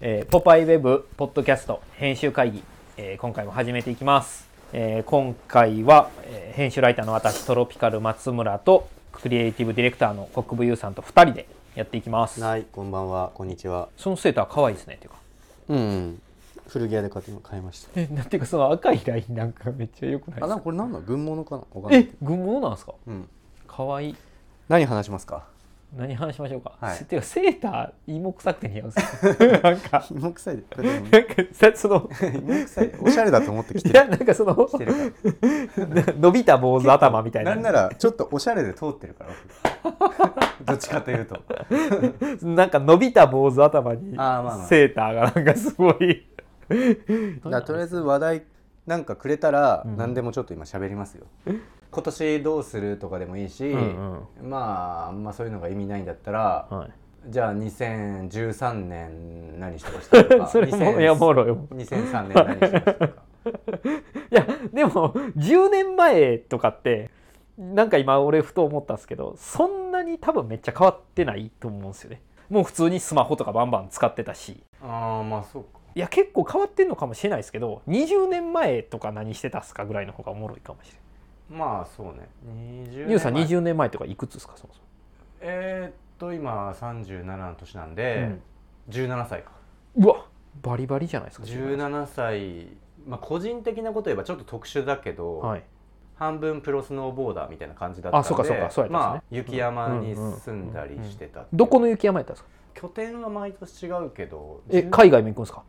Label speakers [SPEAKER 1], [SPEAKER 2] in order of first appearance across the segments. [SPEAKER 1] えーポパイウェブポッドキャスト編集会議、えー今回も始めていきます、えー今回は、えー編集ライターの私トロピカル松村とクリエイティブディレクターの国分優さんと2人でやっていきます
[SPEAKER 2] はい、こんばんは、こんにちは。
[SPEAKER 1] そのセーター可愛いですねっていうか
[SPEAKER 2] うん、古着屋で買って買いました。
[SPEAKER 1] えなんていうかその赤いラインなんかめっちゃ良くない
[SPEAKER 2] あ、なんかこれ何なの軍物かなわかんない
[SPEAKER 1] え
[SPEAKER 2] けど。
[SPEAKER 1] 群物なんですか
[SPEAKER 2] うん。
[SPEAKER 1] 可愛い
[SPEAKER 2] 何話しますか
[SPEAKER 1] 何話しましょうか、
[SPEAKER 2] はい
[SPEAKER 1] せてかセーター芋臭くて似合うんですよ なんか
[SPEAKER 2] 芋臭いで。これ でも
[SPEAKER 1] なんかさその
[SPEAKER 2] 芋臭い。おしゃれだと思って着て
[SPEAKER 1] い
[SPEAKER 2] る。
[SPEAKER 1] やなんかその
[SPEAKER 2] 着てるから
[SPEAKER 1] 伸びた坊主頭みたいな
[SPEAKER 2] なんなら、ちょっとおしゃれで通ってるから。僕どっちかという と。
[SPEAKER 1] なんか伸びた坊主頭に
[SPEAKER 2] あーまあまあ
[SPEAKER 1] セーターがなんかすごい
[SPEAKER 2] だからとりあえず話題なんかくれたら、
[SPEAKER 1] うん
[SPEAKER 2] 何でもちょっと今喋りますよ。 今年どうするとかでもいいし、
[SPEAKER 1] うん
[SPEAKER 2] まあ、あんまそういうのが意味ないんだったら、
[SPEAKER 1] はい、
[SPEAKER 2] じゃあ2013年何してましたと か
[SPEAKER 1] それも
[SPEAKER 2] 2000
[SPEAKER 1] いやおもろいよ
[SPEAKER 2] 2003年何してましたとか
[SPEAKER 1] いやでも10年前とかってなんか今俺ふと思ったんですけどそんなに多分めっちゃ変わってないと思うんですよねもう普通にスマホとかバンバン使ってたし
[SPEAKER 2] ああまあそうか
[SPEAKER 1] いや結構変わってんのかもしれないですけど20年前とか何してたっすかぐらいの方がおもろいかもしれ
[SPEAKER 2] まあそうね
[SPEAKER 1] な
[SPEAKER 2] 20年
[SPEAKER 1] いゆうさん
[SPEAKER 2] 前
[SPEAKER 1] 20年前とかいくつですかそもそも
[SPEAKER 2] えーっと今37の年なんで、17歳か
[SPEAKER 1] うん、うわバリバリじゃないですか
[SPEAKER 2] 17歳まあ個人的なこと言えばちょっと特殊だけど、
[SPEAKER 1] はい
[SPEAKER 2] 半分プロスノーボーダーみたいな感じだったん
[SPEAKER 1] あ
[SPEAKER 2] で
[SPEAKER 1] そうかそうかそうやったん
[SPEAKER 2] ま
[SPEAKER 1] で
[SPEAKER 2] あ
[SPEAKER 1] すね
[SPEAKER 2] 雪山に住んだりしてた
[SPEAKER 1] どこの雪山やったんですか
[SPEAKER 2] 拠点は毎年違うけど
[SPEAKER 1] え
[SPEAKER 2] 10
[SPEAKER 1] 海外も行くんですか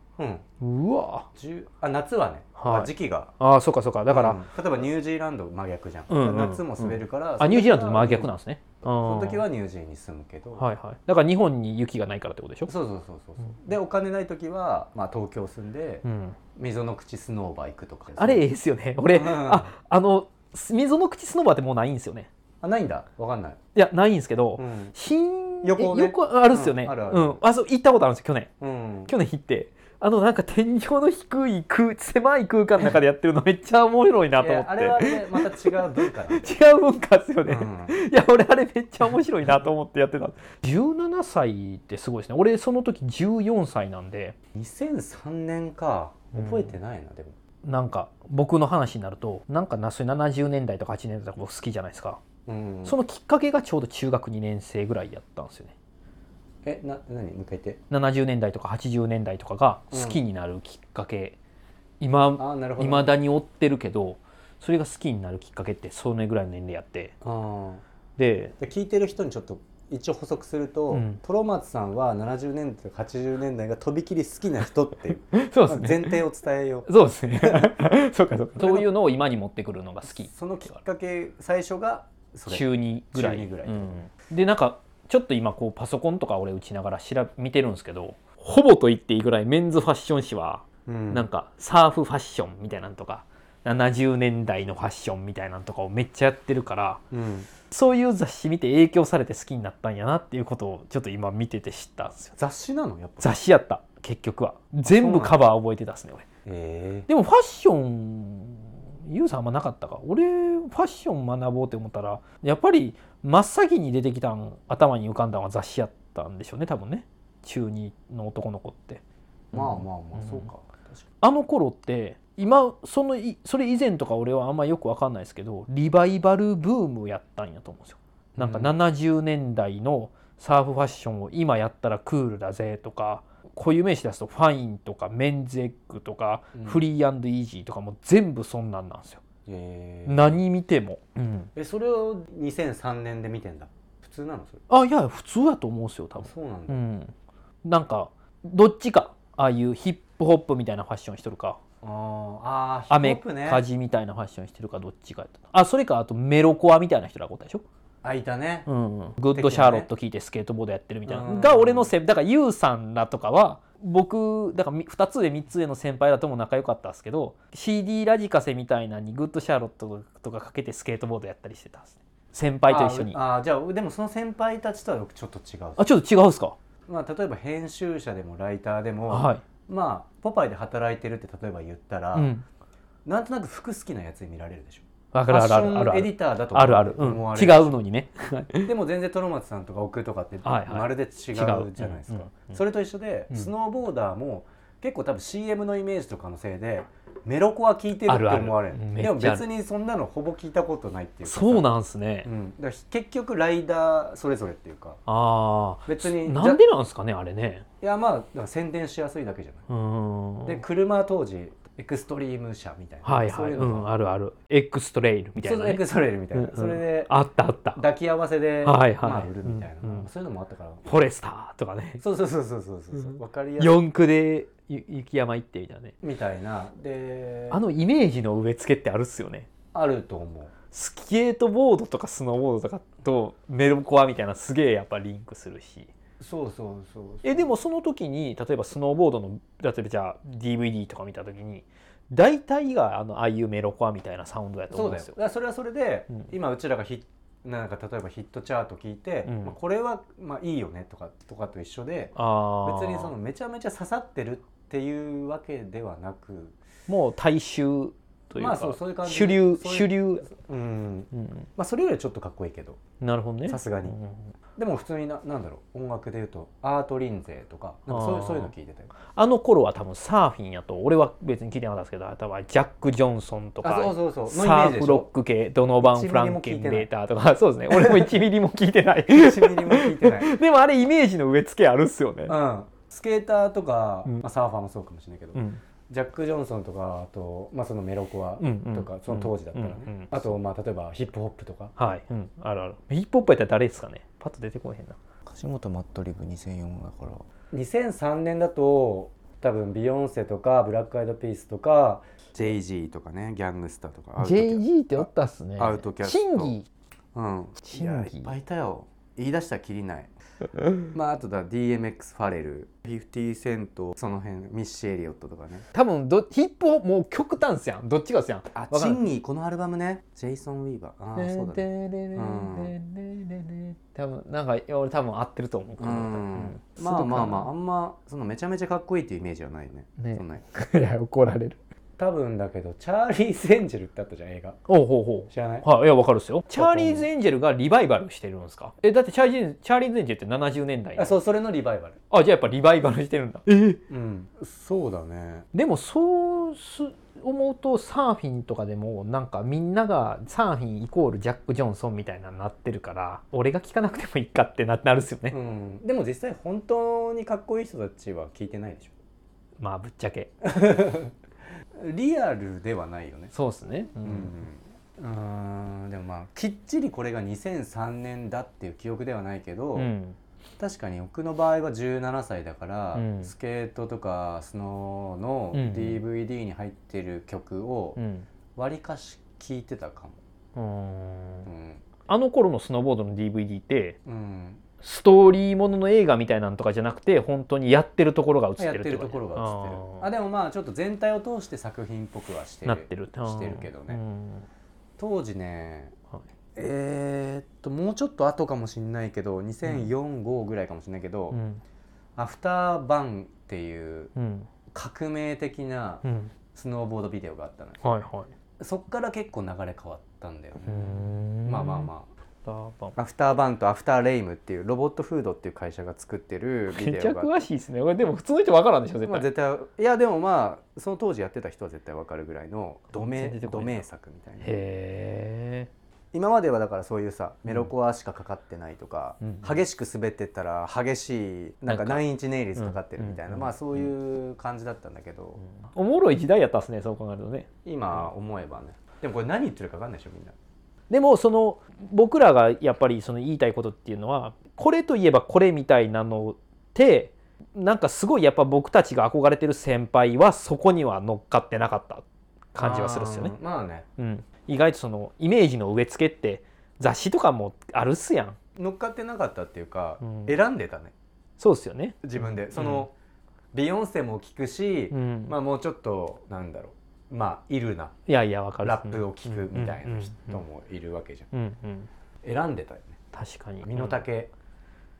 [SPEAKER 2] うん
[SPEAKER 1] うわ
[SPEAKER 2] 10あ夏はね、
[SPEAKER 1] はい
[SPEAKER 2] まあ時期が
[SPEAKER 1] ああそうかそうかだから、
[SPEAKER 2] うん例えばニュージーランド真逆じゃん、
[SPEAKER 1] うんうん
[SPEAKER 2] 夏も滑るから、
[SPEAKER 1] あニュージーランドと真逆なん
[SPEAKER 2] ん
[SPEAKER 1] ですね
[SPEAKER 2] そ
[SPEAKER 1] そ
[SPEAKER 2] の時はニュージーに住むけど、
[SPEAKER 1] はいはいだから日本に雪がないからってことでしょ
[SPEAKER 2] そうそうそうそう、
[SPEAKER 1] うん
[SPEAKER 2] でお金ない時は、まあ、東京住んで、
[SPEAKER 1] うん
[SPEAKER 2] 溝の口スノーバー行くとか
[SPEAKER 1] あれええですよね俺、
[SPEAKER 2] うん
[SPEAKER 1] ああの溝の口スノバってもうないんですよね
[SPEAKER 2] あないんだわかんない、
[SPEAKER 1] いやないんですけど、
[SPEAKER 2] うん
[SPEAKER 1] 新
[SPEAKER 2] 横ね
[SPEAKER 1] え横あるっすよね、
[SPEAKER 2] うんあるある
[SPEAKER 1] うん、あそう行ったことあるんですよ去年
[SPEAKER 2] うん、
[SPEAKER 1] 去年行ってあのなんか天井の低い空狭い空間の中でやってるのめっちゃおもろいなと
[SPEAKER 2] い
[SPEAKER 1] 思っ
[SPEAKER 2] や
[SPEAKER 1] て
[SPEAKER 2] あれはねまた違う文化なんだ よ
[SPEAKER 1] 違う文化っすよね、
[SPEAKER 2] う ん
[SPEAKER 1] いや俺あれめっちゃ面白いなと思ってやってた17歳ってすごいですね俺その時14歳なんで
[SPEAKER 2] 2003年か覚えてないな、でも
[SPEAKER 1] なんか僕の話になるとなんかなそういう70年代とか80年代とか僕好きじゃないですか、
[SPEAKER 2] うん
[SPEAKER 1] そのきっかけがちょうど中学2年生ぐらいやったんですよね
[SPEAKER 2] えな何もう一回言って
[SPEAKER 1] 70年代とか80年代とかが好きになるきっかけ、今
[SPEAKER 2] あなるほど
[SPEAKER 1] いまだに追ってるけどそれが好きになるきっかけってそれぐらいの年齢やって
[SPEAKER 2] あー
[SPEAKER 1] で
[SPEAKER 2] で聞いてる人にちょっと一応補足すると、
[SPEAKER 1] うん
[SPEAKER 2] トロマツさんは70年代と80年代がとびきり好きな人っていう
[SPEAKER 1] そう
[SPEAKER 2] まあ前提を伝えよう
[SPEAKER 1] そう ですねそうかそうかそういうのを今に持ってくるのが好き
[SPEAKER 2] そのきっかけ最初がそれ
[SPEAKER 1] 中2ぐらい
[SPEAKER 2] 中二ぐらい
[SPEAKER 1] うんでなんかちょっと今こうパソコンとか俺打ちながら調べ見てるんですけどほぼと言っていいぐらいメンズファッション誌は
[SPEAKER 2] うん
[SPEAKER 1] なんかサーフファッションみたいなんとか70年代のファッションみたいなんとかをめっちゃやってるから
[SPEAKER 2] うん
[SPEAKER 1] そういう雑誌見て影響されて好きになったんやなっていうことをちょっと今見てて知ったんですよ
[SPEAKER 2] 雑誌なのやっぱ
[SPEAKER 1] 雑誌やった結局は全部カバー覚えてたっすね俺
[SPEAKER 2] ええ
[SPEAKER 1] でもファッションユウさんあんまなかったか俺ファッション学ぼうって思ったらやっぱり真っ先に出てきたん頭に浮かんだのは雑誌やったんでしょうね多分ね中2の男の子って
[SPEAKER 2] まあまあまあ、
[SPEAKER 1] ん
[SPEAKER 2] そうか確か
[SPEAKER 1] あの頃って今そのいそれ以前とか俺はあんまよく分かんないですけどリバイバルブームやったんやと思うんですよ。なんか
[SPEAKER 2] うん
[SPEAKER 1] 70年代のサーフファッションを今やったらクールだぜとかこういう名詞出すとファインとかメンズエッグとか
[SPEAKER 2] うん
[SPEAKER 1] フリーアンドイージーとかも全部そんなんなんですよ。
[SPEAKER 2] ええ
[SPEAKER 1] 何見ても。うん
[SPEAKER 2] えそれを2003年で見てんだ普通なのそれ
[SPEAKER 1] あいや普通やと思うんですよ多分。
[SPEAKER 2] そうなん
[SPEAKER 1] う
[SPEAKER 2] だ、
[SPEAKER 1] ん、なんかどっちかああいうヒップホップみたいなファッションしとるか
[SPEAKER 2] あー
[SPEAKER 1] ア
[SPEAKER 2] あーヒッ
[SPEAKER 1] メ
[SPEAKER 2] プホップね
[SPEAKER 1] カジみたいなファッションしてるかどっちかやったなあそれかあとメロコアみたいな人らことでしょ、
[SPEAKER 2] あいたね、
[SPEAKER 1] うんうんグッドシャーロット聞いてスケートボードやってるみたいな、
[SPEAKER 2] うん
[SPEAKER 1] が俺のせだからユウさんらとかは僕だからみ2つ上3つ上の先輩らとも仲良かったんですけど CD ラジカセみたいなにグッドシャーロットとかかけてスケートボードやったりしてたんですね先輩と一緒に
[SPEAKER 2] あ
[SPEAKER 1] あ
[SPEAKER 2] ーあーじゃあでもその先輩たちとはちょっと違う
[SPEAKER 1] ちょっと違うんすか
[SPEAKER 2] まあ例えば編集者でもライターでも、
[SPEAKER 1] はい、
[SPEAKER 2] まあポパイで働いてるって例えば言ったら、
[SPEAKER 1] うん、
[SPEAKER 2] なんとなく服好きなやつに見られるでしょ
[SPEAKER 1] わ
[SPEAKER 2] フ
[SPEAKER 1] かるあ
[SPEAKER 2] ァッシ
[SPEAKER 1] るある
[SPEAKER 2] ョ
[SPEAKER 1] ある
[SPEAKER 2] ンエディターだと
[SPEAKER 1] あるある、うん、違う
[SPEAKER 2] 思われる
[SPEAKER 1] のにね
[SPEAKER 2] でも全然トロマツさんとか奥とかって
[SPEAKER 1] はいはい
[SPEAKER 2] まるで違うじゃないですか、
[SPEAKER 1] 違ううんうんうん
[SPEAKER 2] それと一緒で、
[SPEAKER 1] うん
[SPEAKER 2] スノーボーダーも結構多分 CM のイメージとかのせいでメロコは聞いてるっ
[SPEAKER 1] あ
[SPEAKER 2] て
[SPEAKER 1] るある
[SPEAKER 2] 思われる
[SPEAKER 1] うんめっち
[SPEAKER 2] で
[SPEAKER 1] ゃあ
[SPEAKER 2] も
[SPEAKER 1] る
[SPEAKER 2] 別にそんなのほぼ聞いたことないっていうかさ
[SPEAKER 1] そうなんすね、
[SPEAKER 2] うん、だから結局ライダーそれぞれっていうか
[SPEAKER 1] ああ
[SPEAKER 2] 別に
[SPEAKER 1] なんでなんですかねあれね
[SPEAKER 2] いやまあだから宣伝しやすいだけじゃな
[SPEAKER 1] うーん
[SPEAKER 2] いで車当時エクストリーム車みたいな、
[SPEAKER 1] はい
[SPEAKER 2] そ
[SPEAKER 1] は
[SPEAKER 2] う
[SPEAKER 1] いうう
[SPEAKER 2] の
[SPEAKER 1] ん
[SPEAKER 2] が
[SPEAKER 1] あるあるエクストレイルみたい
[SPEAKER 2] そ
[SPEAKER 1] うな、
[SPEAKER 2] そう
[SPEAKER 1] ね、
[SPEAKER 2] エクストレイルみたいな、
[SPEAKER 1] うんうん
[SPEAKER 2] それで
[SPEAKER 1] あったあった
[SPEAKER 2] 抱き合わせで、
[SPEAKER 1] はいはい
[SPEAKER 2] まあ、売るみたいな、
[SPEAKER 1] うんうん
[SPEAKER 2] そういうのもあったから
[SPEAKER 1] フォレスターとかね
[SPEAKER 2] そうそうそうそうそうそう、
[SPEAKER 1] うん
[SPEAKER 2] 分かりやすい
[SPEAKER 1] 四駆でゆ雪山行ってみたいなね
[SPEAKER 2] みたいなで
[SPEAKER 1] あのイメージの植え付けってあるっすよね
[SPEAKER 2] あると思う
[SPEAKER 1] スケートボードとかスノーボードとかとメロコアみたいなすげえやっぱリンクするし
[SPEAKER 2] そうそうそうそう
[SPEAKER 1] えでもその時に例えばスノーボードの例えばじゃあ DVD とか見た時に大体があのああいうメロコアみたいなサウンドやと思
[SPEAKER 2] そううんだ
[SPEAKER 1] で
[SPEAKER 2] よ
[SPEAKER 1] す
[SPEAKER 2] だ
[SPEAKER 1] よ
[SPEAKER 2] か。らそれはそれで、
[SPEAKER 1] うん
[SPEAKER 2] 今うちらがヒなんか例えばヒットチャート聞いて、
[SPEAKER 1] うん
[SPEAKER 2] まあ、これはまあいいよねとかとかと一緒で
[SPEAKER 1] あ
[SPEAKER 2] 別
[SPEAKER 1] ー
[SPEAKER 2] にそのめちゃめちゃ刺さってるっていうわけではなく
[SPEAKER 1] もう大衆というか、
[SPEAKER 2] まあそうそういう感じ
[SPEAKER 1] 主流
[SPEAKER 2] そういう
[SPEAKER 1] 主流、
[SPEAKER 2] うん
[SPEAKER 1] うん、
[SPEAKER 2] まあそれよりはちょっとかっこいいけど
[SPEAKER 1] なるほどね
[SPEAKER 2] さすがに
[SPEAKER 1] うん
[SPEAKER 2] でも普通にななんだろう音楽でいうとアートリンゼとかなんかそうい
[SPEAKER 1] あー
[SPEAKER 2] うそういうの聞いてたよ
[SPEAKER 1] あの頃は多分サーフィンやと俺は別に聞いてなかったですけど多分ジャック・ジョンソンとか
[SPEAKER 2] あそうそうそうのイメ
[SPEAKER 1] サ
[SPEAKER 2] ージ
[SPEAKER 1] ー
[SPEAKER 2] で
[SPEAKER 1] フ
[SPEAKER 2] しょ
[SPEAKER 1] ロック系ドノバン・
[SPEAKER 2] 1
[SPEAKER 1] フランケン・
[SPEAKER 2] ミリも聞いてない
[SPEAKER 1] ベーターとかそうですね俺も1ミリも聞いてない
[SPEAKER 2] 1ミリも聞いてない
[SPEAKER 1] でもあれイメージの植え付けあるっすよね、
[SPEAKER 2] うん、スケーターとか、
[SPEAKER 1] うん
[SPEAKER 2] まあ、サーファーもそうかもしれないけど、
[SPEAKER 1] うん
[SPEAKER 2] ジャック・ジョンソンとかあと、まあ、そのメロコア
[SPEAKER 1] うんうん
[SPEAKER 2] とか、その当時だったらね、
[SPEAKER 1] うんうん
[SPEAKER 2] あと、まあ、例えばヒップホップとか
[SPEAKER 1] はい、うん、あるあるヒップホップやったら誰ですかねパッと出てこえへんな
[SPEAKER 3] 樫本マットリブ2004だから
[SPEAKER 2] 2003年だと多分ビヨンセとかブラック・アイド・ピースとか JG とかねギャングスターとか
[SPEAKER 1] JG っておったっすね
[SPEAKER 2] アウトキャスト
[SPEAKER 1] 審議
[SPEAKER 2] うん
[SPEAKER 1] チンギいやいっぱ
[SPEAKER 2] いいたよ言い出したらき りないまああとだ DMX ファレル50セントその辺ミッシェ・エリオットとかね
[SPEAKER 1] 多分どヒップホップもう極端っすやんどっちがっすやん
[SPEAKER 2] あ
[SPEAKER 1] わか
[SPEAKER 2] チ
[SPEAKER 1] ん
[SPEAKER 2] ンギーこのアルバムねジェイソン・ウィーバーああそうだね
[SPEAKER 1] ん、多分なんか俺多分合ってると思う、
[SPEAKER 2] うんまあまあまああんまそのめちゃめちゃかっこいいっていうイメージはないよね
[SPEAKER 1] ね
[SPEAKER 2] そんなに
[SPEAKER 1] あ いや怒られる
[SPEAKER 2] 多分だけどチャーリーズ・エンジェルってあったじゃん映画
[SPEAKER 1] おうほうほ
[SPEAKER 2] 知らないう
[SPEAKER 1] はいいやわかるっすよチャーリーズ・エンジェルがリバイバルしてるんですかえだってチャーリーズチャーリーズ・エンジェルって70年代
[SPEAKER 2] あそうそれのリバイバル
[SPEAKER 1] あじゃあやっぱリバイバルしてるんだえ
[SPEAKER 2] うんそうだね
[SPEAKER 1] でもそうす思うとサーフィンとかでもなんかみんながサーフィンイコールジャック・ジョンソンみたいなのになってるから俺が聞かなくてもいいかってななるっすよね、
[SPEAKER 2] うんでも実際本当にかっこいい人たちは聞いてないでしょ
[SPEAKER 1] まあぶっちゃけ
[SPEAKER 2] リアルではないよね
[SPEAKER 1] そうっすねう
[SPEAKER 2] うんんうんでもまあきっちりこれが2003年だっていう記憶ではないけど、
[SPEAKER 1] うん
[SPEAKER 2] 確かに僕の場合は17歳だから、
[SPEAKER 1] うん
[SPEAKER 2] スケートとかスノーの
[SPEAKER 1] うん
[SPEAKER 2] DVD に入ってる曲を、
[SPEAKER 1] うん
[SPEAKER 2] わりかし聞いてたかも、
[SPEAKER 1] うーん
[SPEAKER 2] うん
[SPEAKER 1] あの頃のスノーボードの DVD って
[SPEAKER 2] うん、
[SPEAKER 1] ストーリーものの映画みたいなんとかじゃなくて本当にやってるところが映って
[SPEAKER 2] やっ
[SPEAKER 1] る
[SPEAKER 2] てるところが映ってるあ
[SPEAKER 1] あー
[SPEAKER 2] でもまあちょっと全体を通して作品っぽくはしてる
[SPEAKER 1] なってる
[SPEAKER 2] してるけどね
[SPEAKER 1] うん
[SPEAKER 2] 当時ね、
[SPEAKER 1] はい
[SPEAKER 2] えーっともうちょっと後かもしんないけど2004-5ぐらいかもしんないけど、
[SPEAKER 1] うん
[SPEAKER 2] アフターバンっていう
[SPEAKER 1] うん
[SPEAKER 2] 革命的な
[SPEAKER 1] うん
[SPEAKER 2] スノーボードビデオがあったのよ
[SPEAKER 1] はいはい
[SPEAKER 2] そっから結構流れ変わったんだよね
[SPEAKER 1] うーん
[SPEAKER 2] まあまあまあ
[SPEAKER 1] ダーバン
[SPEAKER 2] アフターバンとアフターレイムっていうロボットフードっていう会社が作ってるビ
[SPEAKER 1] めっ
[SPEAKER 2] デ
[SPEAKER 1] ちゃ
[SPEAKER 2] オがあって
[SPEAKER 1] 詳しいですね俺でも普通の人わからんでしょ絶
[SPEAKER 2] まあ、
[SPEAKER 1] 対
[SPEAKER 2] 絶対いやでもまあその当時やってた人は絶対わかるぐらいの土名
[SPEAKER 1] 全然出てこ
[SPEAKER 2] 土
[SPEAKER 1] ないな
[SPEAKER 2] 名作みたいな
[SPEAKER 1] へえ
[SPEAKER 2] 今まではだからそういうさメロコアしかかかってないとか、
[SPEAKER 1] うん
[SPEAKER 2] 激しく滑ってったら激しいなんか
[SPEAKER 1] なんか
[SPEAKER 2] 何インチネイルズかかってるみたいな、
[SPEAKER 1] うん
[SPEAKER 2] まあそういう感じだったんだけど、
[SPEAKER 1] おもろい時代やったっすねそう考えるとね
[SPEAKER 2] 今思えばねでもこれ何言ってるかわかんないでしょみんな。
[SPEAKER 1] でもその僕らがやっぱりその言いたいことっていうのはこれといえばこれみたいなのってなんかすごいやっぱ僕たちが憧れてる先輩はそこには乗っかってなかった感じはするっすよね
[SPEAKER 2] あ、ーまあね
[SPEAKER 1] うん、意外とそのイメージの植え付けって雑誌とかもあるっすやん
[SPEAKER 2] 乗っかってなかったっていうか、
[SPEAKER 1] うん
[SPEAKER 2] 選んでたね
[SPEAKER 1] そうっすよね、
[SPEAKER 2] 自分で。その、ビヨンセも聞くし、
[SPEAKER 1] うん
[SPEAKER 2] まあもうちょっとなんだろうまあいるな。
[SPEAKER 1] いやいやわかるっ
[SPEAKER 2] ラ
[SPEAKER 1] す
[SPEAKER 2] ップを聴くみたいな人
[SPEAKER 1] うん
[SPEAKER 2] もいるわけじゃん
[SPEAKER 1] うんうんうん
[SPEAKER 2] 選んでたよね
[SPEAKER 1] 確かに
[SPEAKER 2] 身の丈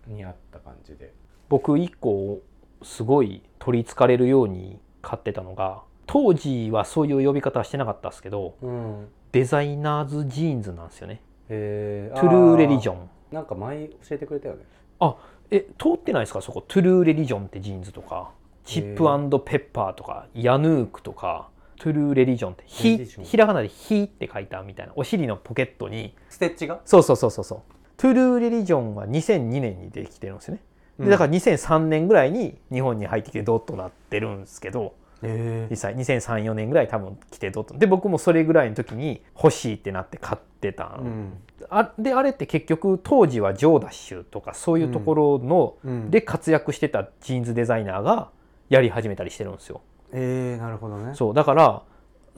[SPEAKER 2] に合った感じで
[SPEAKER 1] 僕一個すごい取りつかれるように買ってたのが当時はそういう呼び方はしてなかったですけど
[SPEAKER 2] うん
[SPEAKER 1] 「デザイナーズジーンズなんですよね
[SPEAKER 2] え
[SPEAKER 1] トゥルーレリジョ
[SPEAKER 2] ン
[SPEAKER 1] ン
[SPEAKER 2] なんか前教えてくれたよね
[SPEAKER 1] あえ通ってないですかそこトゥルーレリジョンってジーンズとかチップペッパーとかヤヌークとかトゥルーレリジョンって
[SPEAKER 2] レ
[SPEAKER 1] ひ
[SPEAKER 2] リジョン
[SPEAKER 1] ひらがなで「ひ」って書いたみたいなお尻のポケットに
[SPEAKER 2] ステッチが
[SPEAKER 1] そうそうそうそうそうトゥルーレリジョンは2002年にできてるんですよね
[SPEAKER 2] うん
[SPEAKER 1] でだから2003年ぐらいに日本に入ってきてドッとなってるんですけど
[SPEAKER 2] え
[SPEAKER 1] 実際2034年ぐらい多分来てドッとで僕もそれぐらいの時に欲しいってなって買ってたの、
[SPEAKER 2] うん
[SPEAKER 1] あであれって結局当時はジョーダッシュとかそういうところの、
[SPEAKER 2] うん
[SPEAKER 1] で活躍してたジーンズデザイナーがやり始めたりしてるんですよ
[SPEAKER 2] えー、なるほどね
[SPEAKER 1] そうだから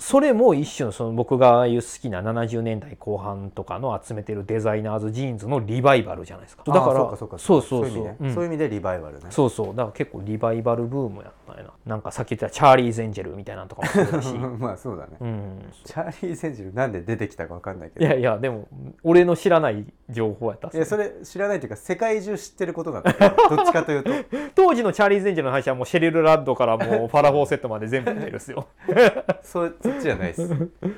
[SPEAKER 1] それも一種のその僕がああいう好きな70年代後半とかの集めてるデザイナーズジーンズのリバイバルじゃないですかだから
[SPEAKER 2] あーそうかそうか
[SPEAKER 1] そうそう
[SPEAKER 2] そういう意味
[SPEAKER 1] そう
[SPEAKER 2] ね、
[SPEAKER 1] うん
[SPEAKER 2] そういう意味でリバイバルね
[SPEAKER 1] そうそうだから結構リバイバルブームやったんやななんかさっき言ってたチャーリー・ゼンジェルみたいなのとかもそうだし、
[SPEAKER 2] まあそうだね、
[SPEAKER 1] うん、
[SPEAKER 2] チャーリー・センジルなんで出てきたかわかんないけ
[SPEAKER 1] い
[SPEAKER 2] ど
[SPEAKER 1] やいやでも俺の知らない情報やったっす
[SPEAKER 2] い
[SPEAKER 1] ね
[SPEAKER 2] やそれ知らないというか世界中知ってることなんだけどどっちかと いうと
[SPEAKER 1] 当時のチャーリー・ゼンジェルの話はもうシェリル・ラッドからもうファラ・フォーセットまで全部見てるっすよ
[SPEAKER 2] そそっちじゃないですル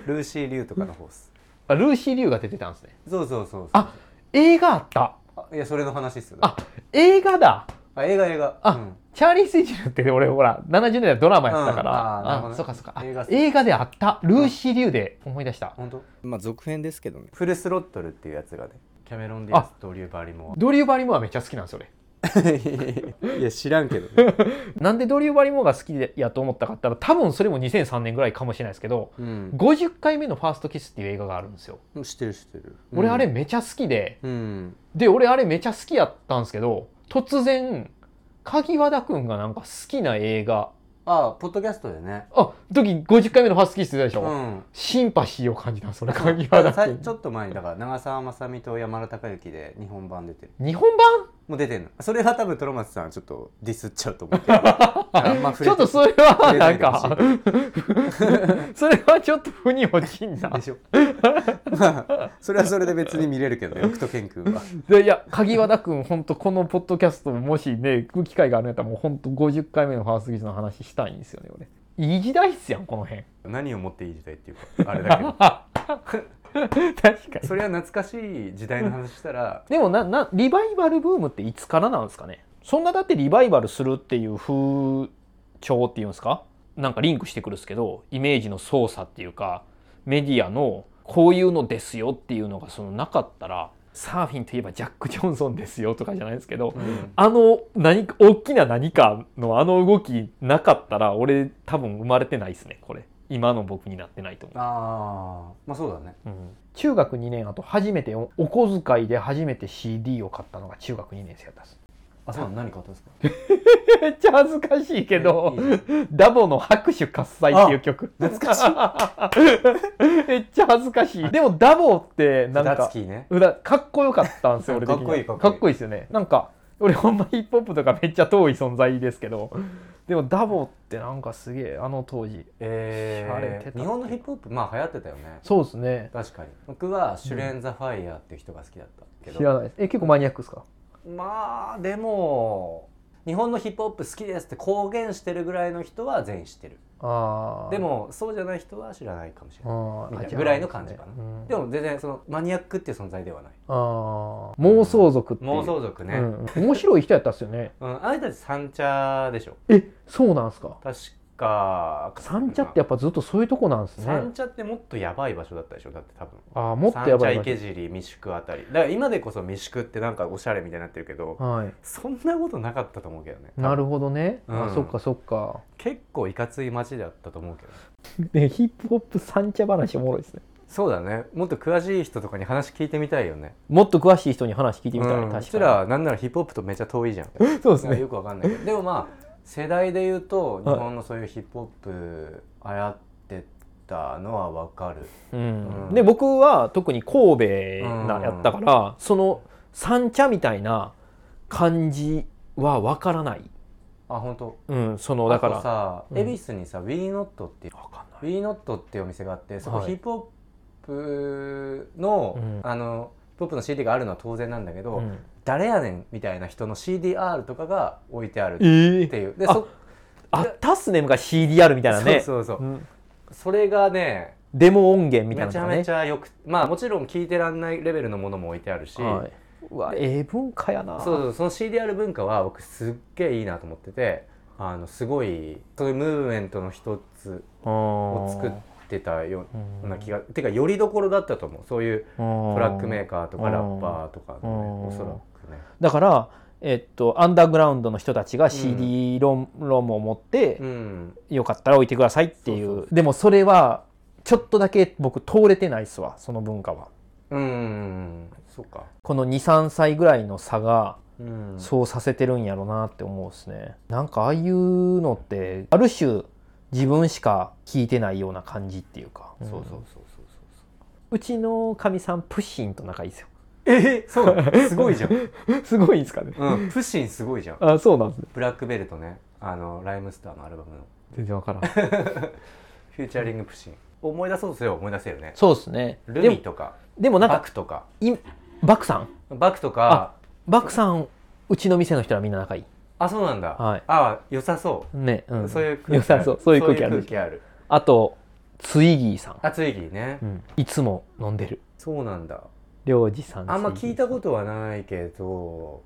[SPEAKER 2] ーシー・リュウとかの方っす
[SPEAKER 1] あルーシー・リュウが出てたんですね
[SPEAKER 2] そうそうそうそう
[SPEAKER 1] あ映画あった
[SPEAKER 2] あいやそれの話っすよね
[SPEAKER 1] あ映画だ
[SPEAKER 2] あ映画映画
[SPEAKER 1] あ、
[SPEAKER 2] うん
[SPEAKER 1] チャーリー・センジェルって俺ほら70年代ドラマやったから、
[SPEAKER 2] うんあーなるほど
[SPEAKER 1] あ
[SPEAKER 2] ね
[SPEAKER 1] そうかそうかあ
[SPEAKER 2] 映画
[SPEAKER 1] 映画であったルーシー・リュウで思い出した、
[SPEAKER 2] 本当
[SPEAKER 3] まあ続編ですけどね
[SPEAKER 2] フルスロットルっていうやつがねキャメロン・ディアスとリュー・バリモ
[SPEAKER 1] ドリュー・バリモアめっちゃ好きなんですよね
[SPEAKER 2] ア いや知らんけ どね、
[SPEAKER 1] なんでドリュー・バリモアが好きでやと思ったかって言ったら多分それも2003年ぐらいかもしれないですけど
[SPEAKER 2] うん、
[SPEAKER 1] 50回目の「ファーストキス」っていう映画があるんですよ
[SPEAKER 2] 知ってる知ってる
[SPEAKER 1] 俺あれめちゃ好きで、
[SPEAKER 2] うん
[SPEAKER 1] で俺あれめちゃ好きやったんですけど突然鍵和田君がなんか好きな映画
[SPEAKER 2] あポッドキャストでね
[SPEAKER 1] あ時50回目のファーストキスって言ってた
[SPEAKER 2] う
[SPEAKER 1] でしょ、
[SPEAKER 2] ん
[SPEAKER 1] シンパシーを感じたんですよね鍵和田
[SPEAKER 2] さ
[SPEAKER 1] 君
[SPEAKER 2] ちょっと前にだから長澤まさみと山田孝之で日本版出てる
[SPEAKER 1] 日本版
[SPEAKER 2] もう出てんのそれは多分トロマツさんちょっとディスっちゃうと思 うけどあんま触
[SPEAKER 1] ちょっと
[SPEAKER 2] て
[SPEAKER 1] それは
[SPEAKER 2] 触れな
[SPEAKER 1] なん
[SPEAKER 2] いでほしい
[SPEAKER 1] か それはちょっと腑に落ちんな
[SPEAKER 2] でしょまあそれはそれで別に見れるけどよくとけんくんは
[SPEAKER 1] でいや鍵和田君本当このポッドキャストもしね聞く機会があるんやったらもう本当50回目のファーストキスの話したいんですよね俺いい時代っすやんこの辺
[SPEAKER 2] 何を持っていい時代っていうかあれだけど
[SPEAKER 1] 確かに
[SPEAKER 2] それは懐かしい時代の話したら
[SPEAKER 1] でもななリバイバルブームっていつからなんですかねそんなだってリバイバルするっていう風潮っていうんですかなんかリンクしてくるんですけどイメージの操作っていうかメディアのこういうのですよっていうのがそのなかったらサーフィンといえばジャック・ジョンソンですよとかじゃないですけどあの何か大きな何かのあの動きなかったら俺多分生まれてないですねこれ今の僕になってないと思う。
[SPEAKER 2] ああまあそうだね
[SPEAKER 1] 中学2年後初めておお小遣いで初めて CD を買ったのが中学2年生だったんです
[SPEAKER 2] あそうなの何買ったんですか
[SPEAKER 1] めっちゃ恥ずかしいけど
[SPEAKER 2] えいいね
[SPEAKER 1] ダボの拍手喝采っていう曲
[SPEAKER 2] 懐
[SPEAKER 1] かしいめっちゃ恥ずかしいでもダボってなん
[SPEAKER 2] ダ
[SPEAKER 1] か
[SPEAKER 2] ツキーね
[SPEAKER 1] うだかっこよかったんですよ俺
[SPEAKER 2] か
[SPEAKER 1] 的
[SPEAKER 2] っ
[SPEAKER 1] に
[SPEAKER 2] こいいかっこいい
[SPEAKER 1] かっこいいですよねなんか俺ほんまヒップホップとかめっちゃ遠い存在ですけどでもダボってなんかすげえあの当時
[SPEAKER 2] え
[SPEAKER 1] 洒落てたっ
[SPEAKER 2] ー、
[SPEAKER 1] て
[SPEAKER 2] 日本のヒップホップまあ流行ってたよね
[SPEAKER 1] そうですね
[SPEAKER 2] 確かに僕はシュレン・ザ・ファイヤーっていう人が好きだったけど
[SPEAKER 1] 知らないですえ結構マニアックですか
[SPEAKER 2] まあでも日本のヒップホップ好きですって公言してるぐらいの人は全員知ってる
[SPEAKER 1] ああ
[SPEAKER 2] でもそうじゃない人は知らないかもしれないみたいな
[SPEAKER 1] あ
[SPEAKER 2] ぐらいの感じかなで
[SPEAKER 1] でも
[SPEAKER 2] も全然そのマニアックっていう存在ではない
[SPEAKER 1] あー妄想族っていう
[SPEAKER 2] 妄想族ね、うん
[SPEAKER 1] うん、面白い人やったっすよね
[SPEAKER 2] あなたたち三茶でしょ
[SPEAKER 1] えそうなんすか
[SPEAKER 2] 確か
[SPEAKER 1] 三茶ってやっぱずっとそういうとこなんですね
[SPEAKER 2] 三茶ってもっとやばい場所だったでしょだって多分
[SPEAKER 1] あーもっとやばい
[SPEAKER 2] 三
[SPEAKER 1] 場
[SPEAKER 2] 茶池尻三宿あたりだから今でこそ三宿ってなんかおしゃれみたいになってるけど
[SPEAKER 1] 所はい
[SPEAKER 2] そんなことなかったと思うけどね
[SPEAKER 1] なるほどね、
[SPEAKER 2] う
[SPEAKER 1] あ
[SPEAKER 2] ん
[SPEAKER 1] そっかそっか
[SPEAKER 2] 結構いかつい街だったと思うけど
[SPEAKER 1] ねヒップホップ三茶話おもろいですね
[SPEAKER 2] そうだねもっと詳しい人とかに話聞いてみたいよね
[SPEAKER 1] もっと詳しい人に話聞いてみたい、
[SPEAKER 2] うんう
[SPEAKER 1] 確
[SPEAKER 2] ち
[SPEAKER 1] から
[SPEAKER 2] なんならヒップホップとめっちゃ遠いじゃん
[SPEAKER 1] にそうです
[SPEAKER 2] よくわかんないけどでもまあ世代で言うと日本のそういうヒップホップ流行ってたのはわかる
[SPEAKER 1] うん
[SPEAKER 2] うん
[SPEAKER 1] で僕は特に神戸な
[SPEAKER 2] うん
[SPEAKER 1] やったから、その三茶みたいな感じはわからない、
[SPEAKER 2] あ本当
[SPEAKER 1] うん、そのだか
[SPEAKER 2] あと
[SPEAKER 1] ら
[SPEAKER 2] さ
[SPEAKER 1] うん
[SPEAKER 2] 恵比寿にさ WeNot っていう
[SPEAKER 1] わかんない
[SPEAKER 2] WeNot っていうお店があってそこ
[SPEAKER 1] はい
[SPEAKER 2] ヒップホップの,、
[SPEAKER 1] うん
[SPEAKER 2] あのヒップホップの CD があるのは当然なんだけど、
[SPEAKER 1] うん
[SPEAKER 2] 誰やねんみたいな人の CDR とかが置いてあるっ
[SPEAKER 1] ええ
[SPEAKER 2] ていうで
[SPEAKER 1] ああったっすね昔 CDR みたいなね
[SPEAKER 2] そうそうそう
[SPEAKER 1] うん
[SPEAKER 2] それがね
[SPEAKER 1] デモ音源みたい
[SPEAKER 2] め
[SPEAKER 1] な
[SPEAKER 2] ち
[SPEAKER 1] の
[SPEAKER 2] ゃ
[SPEAKER 1] がね
[SPEAKER 2] めちゃよくまあもちろん聞いてらんないレベルのものも置いてあるし、
[SPEAKER 1] はい、うわええ文化やな
[SPEAKER 2] そうそうその CDR 文化は僕すっげえいいなと思っててあのすごいそういうムーブメントの一つを
[SPEAKER 1] を
[SPEAKER 2] 作ってたような気
[SPEAKER 1] が
[SPEAKER 2] がてかよりどころだったと思うそういう
[SPEAKER 1] ト
[SPEAKER 2] トラックメ
[SPEAKER 1] 名
[SPEAKER 2] ーカーとかラッパーとかの
[SPEAKER 1] うん
[SPEAKER 2] ねおそらくね
[SPEAKER 1] だからえっとアンダーグラウンドの人たちが CD ロン、ロムを持って、
[SPEAKER 2] うん
[SPEAKER 1] よかったら置いてくださいっていう
[SPEAKER 2] そうそう
[SPEAKER 1] でもそれはちょっとだけ僕通れてないっすわその文化は
[SPEAKER 2] うんそうか
[SPEAKER 1] この23歳ぐらいの差が
[SPEAKER 2] うん
[SPEAKER 1] そうさせてるんやろなって思うっすねなんかああいうのってある種自分しか聞いてないような感じっていうか、
[SPEAKER 2] そうそう
[SPEAKER 1] う
[SPEAKER 2] そ
[SPEAKER 1] ん
[SPEAKER 2] うそうそう
[SPEAKER 1] うちのかみさんプッシンと仲いいですよ
[SPEAKER 2] えそうなのすごいじゃん、うん、
[SPEAKER 1] すごいんですかね
[SPEAKER 2] プッシンすごいじゃん
[SPEAKER 1] あそうなんですね
[SPEAKER 2] ブラックベルトねあのライムスターのアルバムの
[SPEAKER 1] 全然わからん
[SPEAKER 2] フューチャリングプッシン思い出そうとすれば思い出せるね
[SPEAKER 1] そうですね
[SPEAKER 2] ル
[SPEAKER 1] でも
[SPEAKER 2] ミとか
[SPEAKER 1] でもなん
[SPEAKER 2] バ
[SPEAKER 1] か
[SPEAKER 2] クとか
[SPEAKER 1] いバクさん
[SPEAKER 2] バクとか
[SPEAKER 1] バクさんうちの店の人はみんな仲いい
[SPEAKER 2] あそうなんだ、
[SPEAKER 1] はい
[SPEAKER 2] あ良さそ
[SPEAKER 1] ね、う
[SPEAKER 2] う、
[SPEAKER 1] ん、
[SPEAKER 2] そういう
[SPEAKER 1] 良
[SPEAKER 2] 空気あ
[SPEAKER 1] さ
[SPEAKER 2] る
[SPEAKER 1] そうそういう空気ある
[SPEAKER 2] そういう空気ある
[SPEAKER 1] あとツイギーさん、
[SPEAKER 2] あツイギーね、
[SPEAKER 1] うん、いつも飲んでる
[SPEAKER 2] そうなんだ
[SPEAKER 1] りょうじさん
[SPEAKER 2] あんま聞いたこととはないけど、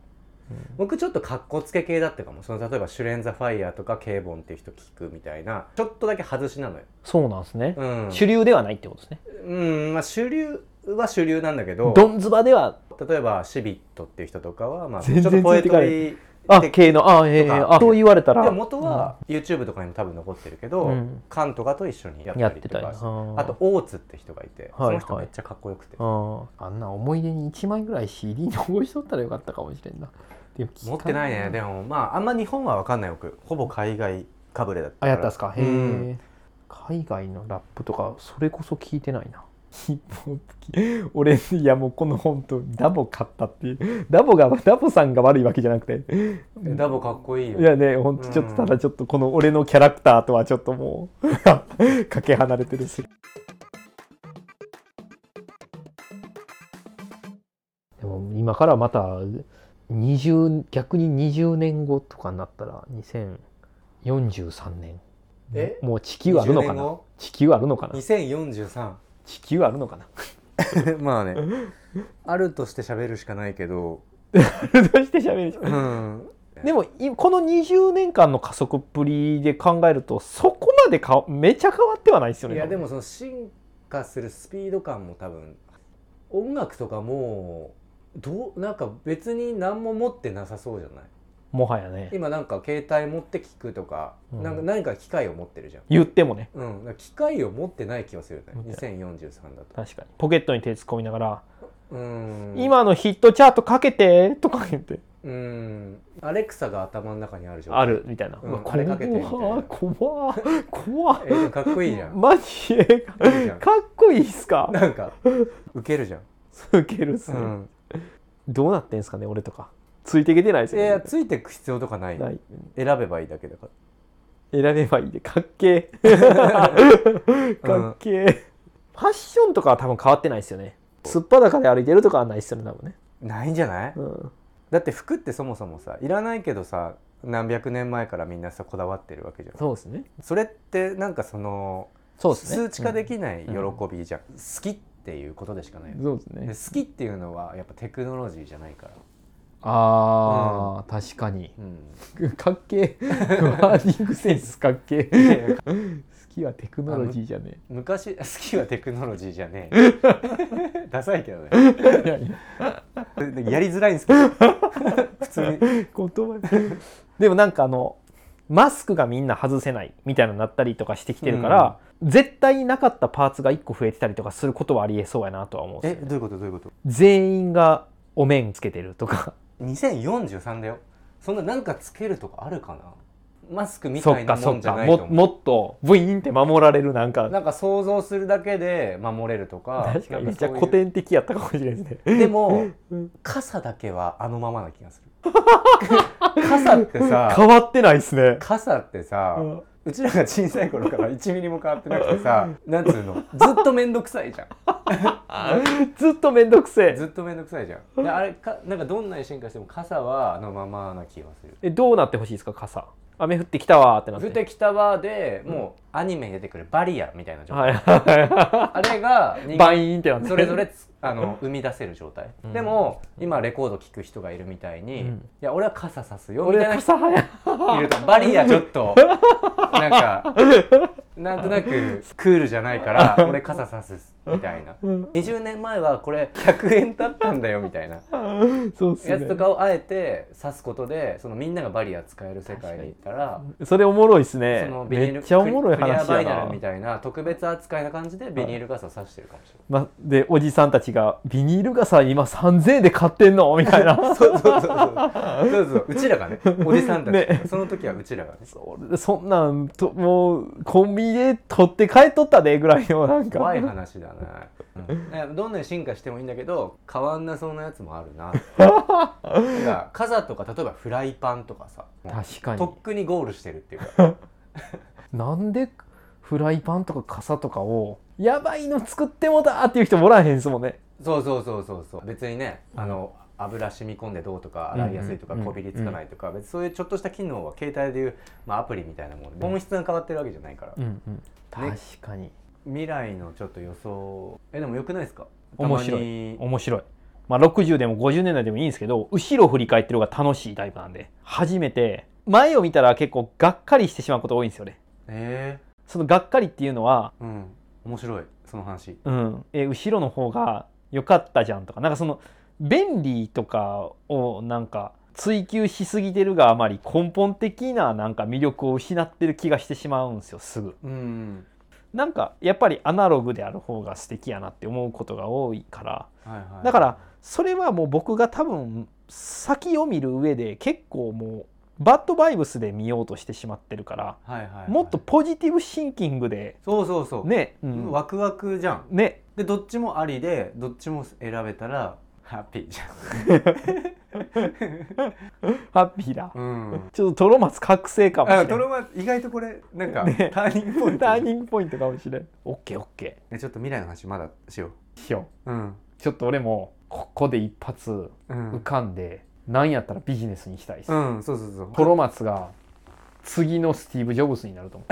[SPEAKER 2] 僕ちょっとかっこつけ系だったかもその例えば「シュレン・ザ・ファイヤー」とか「ケーボン」っていう人聞くみたいなちょっとだけ外しなのよ、
[SPEAKER 1] そうなんですね、
[SPEAKER 2] うん
[SPEAKER 1] 主流ではないってことですね
[SPEAKER 2] うんまあ、主流は主流なんだけど
[SPEAKER 1] ドンズバでは
[SPEAKER 2] 例えばシビットっていう人とかは、まあ、ちょ
[SPEAKER 1] 全
[SPEAKER 2] っ
[SPEAKER 1] 然
[SPEAKER 2] とポエ
[SPEAKER 1] ついてか
[SPEAKER 2] ト
[SPEAKER 1] れ
[SPEAKER 2] リー
[SPEAKER 1] あ
[SPEAKER 2] で
[SPEAKER 1] 系のあええ
[SPEAKER 2] とか
[SPEAKER 1] あそう言われたら
[SPEAKER 2] でも元は YouTube とかにも多分残ってるけど、
[SPEAKER 1] うん
[SPEAKER 2] カンとかと一緒にや
[SPEAKER 1] や
[SPEAKER 2] っ
[SPEAKER 1] ったて
[SPEAKER 2] り
[SPEAKER 1] た
[SPEAKER 2] と
[SPEAKER 1] り
[SPEAKER 2] か
[SPEAKER 1] なあ
[SPEAKER 2] あと大津って人がいて、
[SPEAKER 1] はい
[SPEAKER 2] その人めっちゃかっこよくて、
[SPEAKER 1] ああんな思い出に1枚ぐらい CD 残しとったらよかったかもしれんなでも聞か
[SPEAKER 2] 持ってないねでもまああんま日本は分かんない僕ほぼ海外かぶれだった
[SPEAKER 1] あ
[SPEAKER 2] ら
[SPEAKER 1] やったっすかへえ、
[SPEAKER 2] うん
[SPEAKER 1] 海外のラップとかそれこそ聞いてないな ヒップホップ聞い俺いやもうこの本当ダボ買ったっていうダボがダボさんが悪いわけじゃなくて
[SPEAKER 2] ダボかっこいいよ
[SPEAKER 1] いやねほんとちょっとただちょっとこの俺のキャラクターとはちょっともう かけ離れてるしでも今からまた20逆に20年後とかになったら2043年
[SPEAKER 2] え
[SPEAKER 1] もう地球あるのか
[SPEAKER 2] 20年
[SPEAKER 1] な
[SPEAKER 2] 後
[SPEAKER 1] 地球あるのかな
[SPEAKER 2] 2043
[SPEAKER 1] 地球あるのかな
[SPEAKER 2] まあねあるとして喋るしかないけど
[SPEAKER 1] どうして喋るし
[SPEAKER 2] うん
[SPEAKER 1] でもいこの20年間の加速っぷりで考えるとそこまでかめちゃ変わってはないですよ
[SPEAKER 2] い
[SPEAKER 1] ね
[SPEAKER 2] やでもその進化するスピード感も多分音楽とかもうどうなんか別に何も持ってなさそうじゃない
[SPEAKER 1] もはやね
[SPEAKER 2] 今なんか携帯持って聞くとか,、
[SPEAKER 1] うん
[SPEAKER 2] なんか何か機械を持ってるじゃん、
[SPEAKER 1] 言ってもね
[SPEAKER 2] うん、だから機械を持ってない気がするよね
[SPEAKER 1] 持って
[SPEAKER 2] 2043だと
[SPEAKER 1] 確かにポケットに手突っ込みながら
[SPEAKER 2] う
[SPEAKER 1] 「
[SPEAKER 2] ん
[SPEAKER 1] 今のヒットチャートかけて」とか言って
[SPEAKER 2] うんアレクサが頭の中にあるじゃん
[SPEAKER 1] あるみたいな「
[SPEAKER 2] うん
[SPEAKER 1] うわ
[SPEAKER 2] あれかけてみたいな
[SPEAKER 1] 怖っ怖っ怖っ
[SPEAKER 2] えでもかっこいい じゃん
[SPEAKER 1] マジえ
[SPEAKER 2] いいじゃん
[SPEAKER 1] かっこいいっすか
[SPEAKER 2] なんかウケるじゃん、
[SPEAKER 1] ウケるっす
[SPEAKER 2] う
[SPEAKER 1] ね、
[SPEAKER 2] ん、
[SPEAKER 1] どうなってんすかね俺とかついていけてないです
[SPEAKER 2] い
[SPEAKER 1] よね
[SPEAKER 2] やついてく必要とかない
[SPEAKER 1] ない
[SPEAKER 2] 選べばいいだけだから
[SPEAKER 1] 選べばいいでかっけえかっけえ、ファッションとかは多分変わってないですよねすっぱだかで歩いてるとかはないっすよね多分ね、
[SPEAKER 2] ないんじゃない
[SPEAKER 1] うん、
[SPEAKER 2] だって服ってそもそもさいらないけどさ何百年前からみんなさこだわってるわけじゃん
[SPEAKER 1] そうですね
[SPEAKER 2] それってなんかその
[SPEAKER 1] そうですね
[SPEAKER 2] 数値化できない喜
[SPEAKER 1] うん
[SPEAKER 2] びじゃん、好きっていうことでしかないよね
[SPEAKER 1] そうです
[SPEAKER 2] で
[SPEAKER 1] ね
[SPEAKER 2] 好きっていうのはやっぱテクノロジーじゃないから、
[SPEAKER 1] あー、確かに
[SPEAKER 2] う
[SPEAKER 1] かっけえワーディングセンスかっけえ
[SPEAKER 2] ん、
[SPEAKER 1] 好きはテクノロジーじゃね
[SPEAKER 2] 昔好きはテクノロジーじゃねえ ダサいけどね
[SPEAKER 1] えいやいや
[SPEAKER 2] やりづらいんです けど普通に
[SPEAKER 1] 言葉 でもなんかあのマスクがみんな外せないみたいなのになったりとかしてきてるから、絶対なかったパーツが1個増えてたりとかすることはありえそうやなとは思うんです
[SPEAKER 2] え
[SPEAKER 1] よね
[SPEAKER 2] どういうことどういうこと
[SPEAKER 1] 全員がお面つけてるとか
[SPEAKER 2] 2043だよそんななんかつけるとかあるかなマスクみ
[SPEAKER 1] そ
[SPEAKER 2] た
[SPEAKER 1] っ
[SPEAKER 2] い
[SPEAKER 1] か
[SPEAKER 2] なも
[SPEAKER 1] そっ
[SPEAKER 2] んじゃ
[SPEAKER 1] か
[SPEAKER 2] ないと
[SPEAKER 1] も
[SPEAKER 2] 思う
[SPEAKER 1] もっとブイーンって守られるなんか
[SPEAKER 2] なんか想像するだけで守れるとか
[SPEAKER 1] 確かに
[SPEAKER 2] な
[SPEAKER 1] め
[SPEAKER 2] ん
[SPEAKER 1] っちゃ
[SPEAKER 2] そういう
[SPEAKER 1] 古典的やったかもしれないですね
[SPEAKER 2] でも
[SPEAKER 1] うん
[SPEAKER 2] 傘だけはあのままな気がする傘ってさ
[SPEAKER 1] 変わってないです ね
[SPEAKER 2] 傘ってさ、
[SPEAKER 1] うん
[SPEAKER 2] うちらが小さい頃から1ミリも変わってなくてさなんつうのずっと面倒くさいじゃん
[SPEAKER 1] ずっと面倒くせえ
[SPEAKER 2] ずっと面倒くさいじゃんであれかなんかどんなに進化しても傘はあのままな気がする
[SPEAKER 1] えどうなってほしいですか傘雨降ってきたわーってなって
[SPEAKER 2] 降ってきたわでもうアニメに出てくるバリアみたいな状態、
[SPEAKER 1] はいは
[SPEAKER 2] あれが
[SPEAKER 1] い
[SPEAKER 2] 人
[SPEAKER 1] バ
[SPEAKER 2] 間
[SPEAKER 1] イーンってなって
[SPEAKER 2] それぞれつあの生み出せる状態、
[SPEAKER 1] うん
[SPEAKER 2] でも今レコード聴く人がいるみたいに、
[SPEAKER 1] うん
[SPEAKER 2] いや俺は傘さすよみ
[SPEAKER 1] 俺
[SPEAKER 2] たいな人
[SPEAKER 1] 傘早い
[SPEAKER 2] いるとバリアちょっとなんかなんとなくクールじゃないから俺傘さすみたいな
[SPEAKER 1] うん
[SPEAKER 2] 20年前はこれ100円だったんだよみたいな
[SPEAKER 1] そうっす
[SPEAKER 2] やつと
[SPEAKER 1] ね
[SPEAKER 2] かをあえて指すことでそのみんながバリア使える世界に行ったら。
[SPEAKER 1] それおもろいっす
[SPEAKER 2] そ
[SPEAKER 1] ね
[SPEAKER 2] のビニール
[SPEAKER 1] めっちゃおもろい
[SPEAKER 2] クリア
[SPEAKER 1] 話
[SPEAKER 2] バ
[SPEAKER 1] や
[SPEAKER 2] イナル
[SPEAKER 1] な
[SPEAKER 2] みたいな特別扱いな感じでビニール傘さしてるかもしれない。
[SPEAKER 1] ま、でおじさんたちが「ビニール傘今3000円で買ってん の?」みたいな
[SPEAKER 2] そうそうそうそうそうそううちらがねおじさんたち、
[SPEAKER 1] ね
[SPEAKER 2] その時はうちらがね
[SPEAKER 1] そそんなんともうコンビニで取って帰っとったでぐらいのなんか
[SPEAKER 2] 怖い話だな、うんどんなに進化してもいいんだけど変わんなそうなやつもある ないや傘とか例えばフライパンとかさ
[SPEAKER 1] 確か
[SPEAKER 2] と
[SPEAKER 1] に
[SPEAKER 2] っくにゴールしてるっていうか
[SPEAKER 1] なんでフライパンとか傘とかをやばいの作ってもだーっていう人もおらへんすもんね
[SPEAKER 2] そうそうそうそうそう別にねあの油染み込んでどうとか洗いやすいとか
[SPEAKER 1] うんうん
[SPEAKER 2] こびりつかないとか別にそういうちょっとした機能は携帯でいう、まあ、アプリみたいなもので本質が変わってるわけじゃないから、
[SPEAKER 1] うんうん確かに
[SPEAKER 2] 未来のちょっと予想えでもよくないですか
[SPEAKER 1] 面白い
[SPEAKER 2] たまに
[SPEAKER 1] 面白いまあ60でも50年代でもいいんですけど後ろ振り返ってる方が楽しいタイプなんで初めて前を見たら結構がっかりしてしまうこと多いんですよね
[SPEAKER 2] え
[SPEAKER 1] そのがっかりっていうのは
[SPEAKER 2] えうん面白いその話
[SPEAKER 1] うん、え後ろの方が良かったじゃんとかなんかその便利とかをなんか追求しすぎてるがあまり根本的ななんか魅力を失ってる気がしてしまうんですよすぐ
[SPEAKER 2] うん
[SPEAKER 1] なんかやっぱりアナログである方が素敵やなって思うことが多いから
[SPEAKER 2] はいはい
[SPEAKER 1] だからそれはもう僕が多分先を見る上で結構もうバッドバイブスで見ようとしてしまってるから
[SPEAKER 2] はいはいはい
[SPEAKER 1] もっとポジティブシンキングで
[SPEAKER 2] そうそうそう、
[SPEAKER 1] ね、うん
[SPEAKER 2] ワクワクじゃん
[SPEAKER 1] ね
[SPEAKER 2] でどっちもありでどっちも選べたらハッピーじゃ
[SPEAKER 1] ハッピーだ。
[SPEAKER 2] ん、うん、
[SPEAKER 1] ちょっとトロマツ覚醒かもしれな
[SPEAKER 2] あ
[SPEAKER 1] い。
[SPEAKER 2] トロマ意外とこれなんか、
[SPEAKER 1] ね
[SPEAKER 2] ターニングポイント
[SPEAKER 1] ターニングポイントかもしれん。オッケーオッケ
[SPEAKER 2] えちょっと未来の話まだしよ
[SPEAKER 1] ー。しよ
[SPEAKER 2] ううん
[SPEAKER 1] う。ちょっと俺もここで一発
[SPEAKER 2] うん
[SPEAKER 1] 浮かんで、なんやったらビジネスにしたいです。
[SPEAKER 2] うんそうそうそう
[SPEAKER 1] トロマツが次のスティーブ・ジョブズになると思